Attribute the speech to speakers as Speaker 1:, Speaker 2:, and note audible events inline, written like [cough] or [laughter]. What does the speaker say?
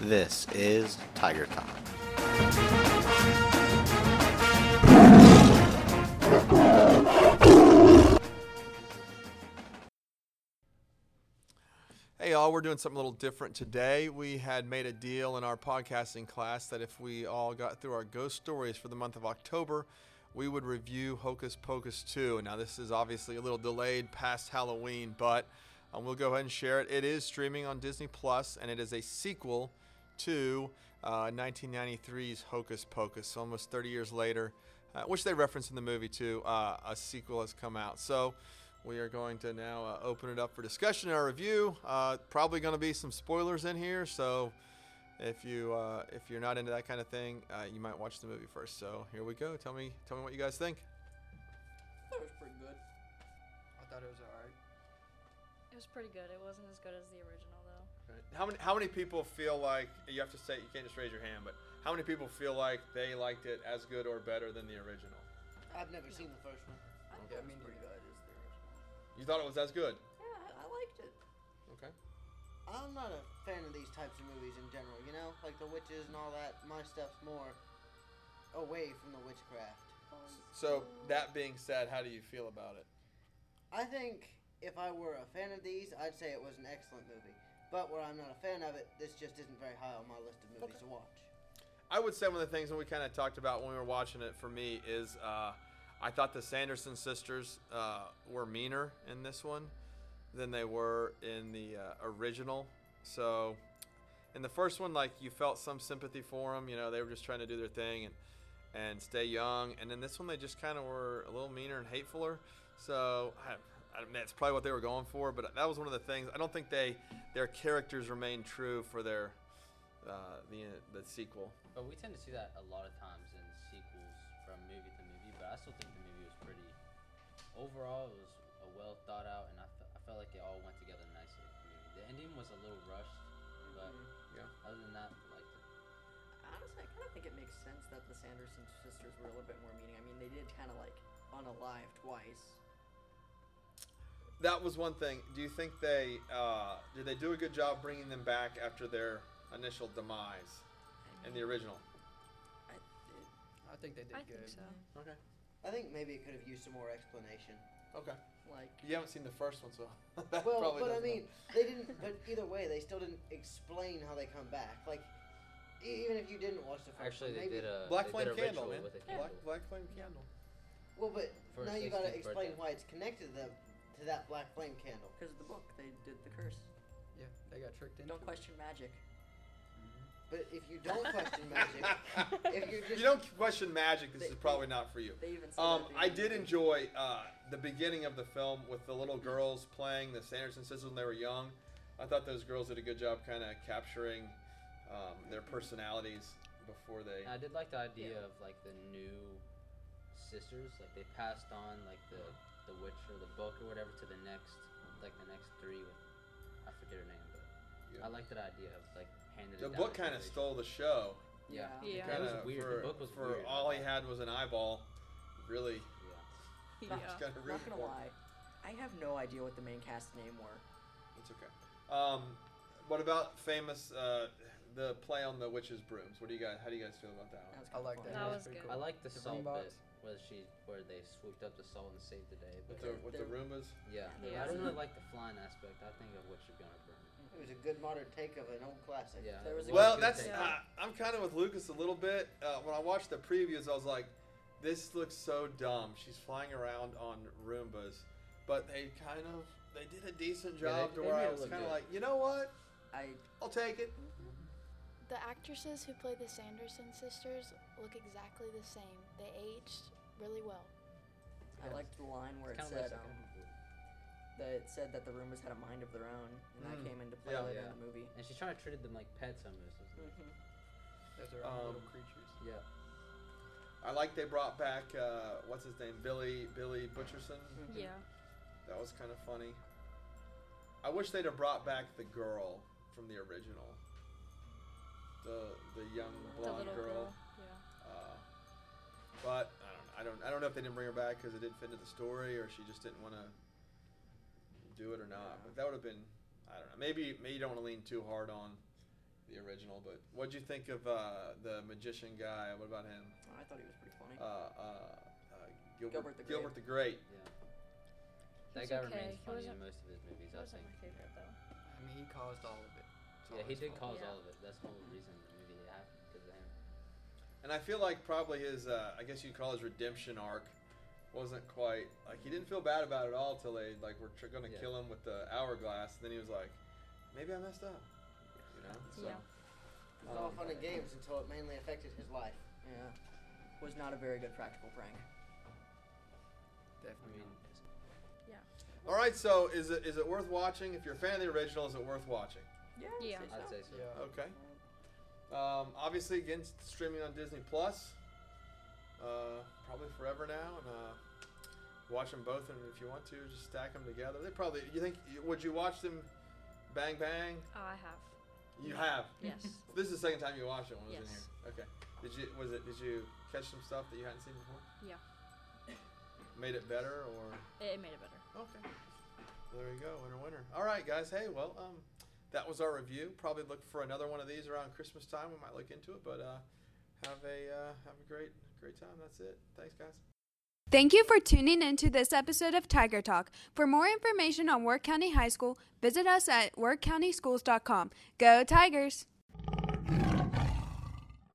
Speaker 1: This is Tiger Talk.
Speaker 2: Hey, all, we're doing something a little different today. We had made a deal in our podcasting class that if we all got through our ghost stories for the month of October, we would review Hocus Pocus 2. Now, this is obviously a little delayed past Halloween, but um, we'll go ahead and share it. It is streaming on Disney Plus, and it is a sequel to uh, 1993's Hocus Pocus. So, almost 30 years later, uh, which they reference in the movie too, uh, a sequel has come out. So, we are going to now uh, open it up for discussion and our review. Uh, probably going to be some spoilers in here, so if you uh, if you're not into that kind of thing, uh, you might watch the movie first. So here we go. Tell me tell me what you guys think.
Speaker 3: thought it was pretty good. I thought it was alright.
Speaker 4: It was pretty good. It wasn't as good as the original though.
Speaker 2: How many how many people feel like you have to say you can't just raise your hand, but how many people feel like they liked it as good or better than the original?
Speaker 3: I've never seen the first one.
Speaker 5: Yeah, I mean, pretty good. Is the original.
Speaker 2: You thought it was as good?
Speaker 5: Yeah, I, I liked it.
Speaker 2: Okay.
Speaker 3: I'm not a fan of these types of movies in general, you know? Like the witches and all that. My stuff's more away from the witchcraft.
Speaker 2: So that being said, how do you feel about it?
Speaker 3: I think if I were a fan of these, I'd say it was an excellent movie. But where I'm not a fan of it, this just isn't very high on my list of movies to watch.
Speaker 2: I would say one of the things that we kind of talked about when we were watching it for me is uh, I thought the Sanderson sisters uh, were meaner in this one than they were in the uh, original. So in the first one, like you felt some sympathy for them. You know, they were just trying to do their thing and and stay young. And in this one, they just kind of were a little meaner and hatefuler. So I, I mean, that's probably what they were going for. But that was one of the things. I don't think they their characters remained true for their uh, the the sequel.
Speaker 6: But we tend to see that a lot of times in sequels from movie to movie. But I still think the movie was pretty. Overall, it was a well thought out, and I, fe- I felt like it all went together nicely. with The, movie. the ending was a little rushed, but
Speaker 2: Yeah.
Speaker 6: other than that, like the
Speaker 3: Mm-hmm.
Speaker 5: Honestly, I kind of think it makes sense that the Sanderson sisters were a little bit more meaning. I mean, they did kind of like unalive twice.
Speaker 2: That was one thing. Do you think they uh, did they do a good job bringing them back after their initial demise in the original?
Speaker 5: I, it,
Speaker 7: I think they did
Speaker 4: I
Speaker 7: good.
Speaker 4: think [laughs] so.
Speaker 2: Okay.
Speaker 3: I think maybe it could have used some more explanation.
Speaker 2: Okay.
Speaker 5: like,
Speaker 2: You haven't seen the first one, so [laughs] that
Speaker 3: Well,
Speaker 2: probably
Speaker 3: but I
Speaker 2: doesn't
Speaker 3: mean,
Speaker 2: help.
Speaker 3: they didn't. But either way, they still didn't explain how they come back. Like, e- even if you didn't watch the first
Speaker 6: actually
Speaker 3: one,
Speaker 6: they
Speaker 3: maybe,
Speaker 6: did a
Speaker 2: Black
Speaker 6: they
Speaker 2: Flame
Speaker 6: did a
Speaker 2: Candle,
Speaker 6: ritual
Speaker 2: man.
Speaker 6: with
Speaker 4: Yeah.
Speaker 6: a candle.
Speaker 2: Black, Black Flame Candle.
Speaker 3: Well, but
Speaker 6: for
Speaker 3: now
Speaker 6: his
Speaker 3: you gotta
Speaker 6: 16th
Speaker 3: explain
Speaker 6: birthday.
Speaker 3: why it's connected to the to that black flame candle.
Speaker 5: because of the book, they did the curse.
Speaker 7: Yeah, they got tricked into.
Speaker 5: Don't
Speaker 7: it.
Speaker 5: question magic.
Speaker 3: But if you don't question magic,
Speaker 4: [laughs]
Speaker 3: if you
Speaker 2: If
Speaker 3: just
Speaker 2: [laughs] you don't question magic, this
Speaker 5: They-
Speaker 2: is probably not for you.
Speaker 5: They even said
Speaker 2: Um,
Speaker 5: that at the
Speaker 2: I
Speaker 5: end of
Speaker 2: did
Speaker 5: the movie.
Speaker 2: enjoy uh, the beginning of the film with the little girls playing the Sanderson sisters when they were young. I thought those girls did a good job kind of capturing um, their personalities before they.
Speaker 6: And I did like the idea of like the new sisters, like they passed on like the the witch or the book or whatever to the next, like the next three. With, I forget her name, but
Speaker 2: Yeah.
Speaker 6: I like that idea of like handed. it
Speaker 2: The
Speaker 6: down
Speaker 2: book
Speaker 6: to
Speaker 2: kind of
Speaker 6: generation.
Speaker 2: stole the show.
Speaker 5: Yeah.
Speaker 4: Yeah.
Speaker 2: Kinda
Speaker 6: It was weird.
Speaker 2: For,
Speaker 6: The book was
Speaker 2: for
Speaker 6: weird.
Speaker 2: all he had was an eyeball.
Speaker 6: [laughs]
Speaker 2: Really,
Speaker 6: Yeah.
Speaker 5: Not,
Speaker 4: Yeah.
Speaker 2: kind of really
Speaker 5: not gonna
Speaker 2: important.
Speaker 5: lie, I have no idea what the main cast name were.
Speaker 2: It's okay. Um, what about famous uh, the play on the witch's brooms? What do you guys? How do you guys feel about that one?
Speaker 5: was
Speaker 7: I
Speaker 5: kinda
Speaker 7: like
Speaker 5: fun.
Speaker 7: that.
Speaker 4: That
Speaker 7: It
Speaker 4: was
Speaker 7: pretty
Speaker 4: good.
Speaker 6: I like the,
Speaker 7: The
Speaker 6: salt bit
Speaker 7: boombox.
Speaker 6: where she where they swooped up the salt and saved the day.
Speaker 2: With
Speaker 6: But
Speaker 2: the with the Roombas.
Speaker 6: yeah,
Speaker 4: Yeah.
Speaker 6: I don't really like the flying aspect. I think of what you're gonna burn.
Speaker 3: it was a good modern take of an old classic.
Speaker 6: Yeah.
Speaker 5: There was a
Speaker 6: it
Speaker 2: Well,
Speaker 6: good
Speaker 2: that's
Speaker 6: take.
Speaker 2: uh, I'm kind of with Lucas a little bit. Uh, when I watched the previews, I was like, "This looks so dumb." She's flying around on Roombas, but they kind of they did a decent
Speaker 6: Yeah, they-
Speaker 2: job
Speaker 6: they
Speaker 2: to where
Speaker 6: made
Speaker 2: I
Speaker 6: it
Speaker 2: was
Speaker 6: look
Speaker 2: kind of
Speaker 6: good.
Speaker 2: like, you know what?
Speaker 5: I
Speaker 2: I'll take it.
Speaker 8: The actresses who played the Sanderson sisters look exactly the same. They aged really well.
Speaker 5: I liked the line where it
Speaker 6: Kinda
Speaker 5: said
Speaker 6: looks like
Speaker 5: um,
Speaker 6: a-
Speaker 5: that it said that the Roombas had a mind of their own, and
Speaker 2: Mm.
Speaker 5: that came into play
Speaker 2: Yeah.
Speaker 5: later
Speaker 6: Yeah.
Speaker 5: in the movie.
Speaker 6: and she kind of treated them like pets almost. isn't it?
Speaker 5: hmm
Speaker 4: Mm-hmm.
Speaker 7: Those are all little
Speaker 2: Um,
Speaker 7: creatures.
Speaker 6: Yeah.
Speaker 2: I like they brought back uh, what's his name, Billy Billy Butcherson.
Speaker 4: Yeah.
Speaker 2: That was kind of funny. I wish they'd have brought back the girl from the original. The the young
Speaker 5: The
Speaker 2: blonde
Speaker 4: the little
Speaker 2: girl.
Speaker 4: Yeah.
Speaker 2: Uh, but I don't, I don't I don't know if they didn't bring her back because it didn't fit into the story or she just didn't want to do it or not. But that would have been I don't know. Maybe maybe you don't want to lean too hard on the original. But what'd you think of uh, the magician guy? What about him?
Speaker 5: Oh, I thought he was pretty funny.
Speaker 2: Uh, uh, uh, Gilbert,
Speaker 5: Gilbert
Speaker 2: Gilbert the
Speaker 5: the Great.
Speaker 2: Great.
Speaker 6: Yeah.
Speaker 4: was
Speaker 6: That guy
Speaker 4: okay.
Speaker 6: remains
Speaker 4: He
Speaker 6: funny in
Speaker 4: wasn't-
Speaker 6: most of his movies,
Speaker 4: It
Speaker 6: I
Speaker 4: wasn't
Speaker 6: think.
Speaker 4: my favorite though.
Speaker 7: I mean, he caused all of it. It's all
Speaker 6: Yeah, he
Speaker 7: his
Speaker 6: did
Speaker 7: fault.
Speaker 6: cause
Speaker 4: Yeah.
Speaker 6: all of it. That's the whole reason the movie happened because of him.
Speaker 2: And I feel like probably his, uh, I guess you'd call his redemption arc, wasn't quite like he didn't feel bad about it at all till they like were tr- going to
Speaker 6: Yeah.
Speaker 2: kill him with the hourglass. then he was like, maybe I messed up. You know. So,
Speaker 4: Yeah.
Speaker 3: It was all
Speaker 2: um,
Speaker 3: fun and games until it mainly affected his life.
Speaker 5: Yeah. Was not a very good practical prank.
Speaker 6: I
Speaker 7: Definitely.
Speaker 6: mean,
Speaker 2: All right, so is it is it worth watching? If you're a fan of the original, is it worth watching?
Speaker 5: Yeah.
Speaker 4: Yeah.
Speaker 5: I'd say
Speaker 6: I'd
Speaker 5: so.
Speaker 6: say so.
Speaker 7: Yeah.
Speaker 2: Okay. Um, obviously, again, s- streaming on Disney Plus, uh, probably forever now, and uh, watch them both. And if you want to, just stack them together. They probably. You think? Would you watch them? Bang bang.
Speaker 4: Oh, I have.
Speaker 2: You have.
Speaker 4: Yes.
Speaker 2: This is the second time you watched it when it was in
Speaker 4: Yes.
Speaker 2: here. Okay. Did you was it did you catch some stuff that you hadn't seen before?
Speaker 4: Yeah.
Speaker 2: Made it better or
Speaker 4: [laughs] it, it made it better.
Speaker 2: Okay. Well, there you go, winner winner. All right, guys. Hey, well, um, that was our review. Probably look for another one of these around Christmas time. We might look into it, but uh, have a uh, have a great great time. That's it. Thanks, guys.
Speaker 9: Thank you for tuning in to this episode of Tiger Talk. For more information on Work County High School, visit us at workcountyschools.com. Go Tigers!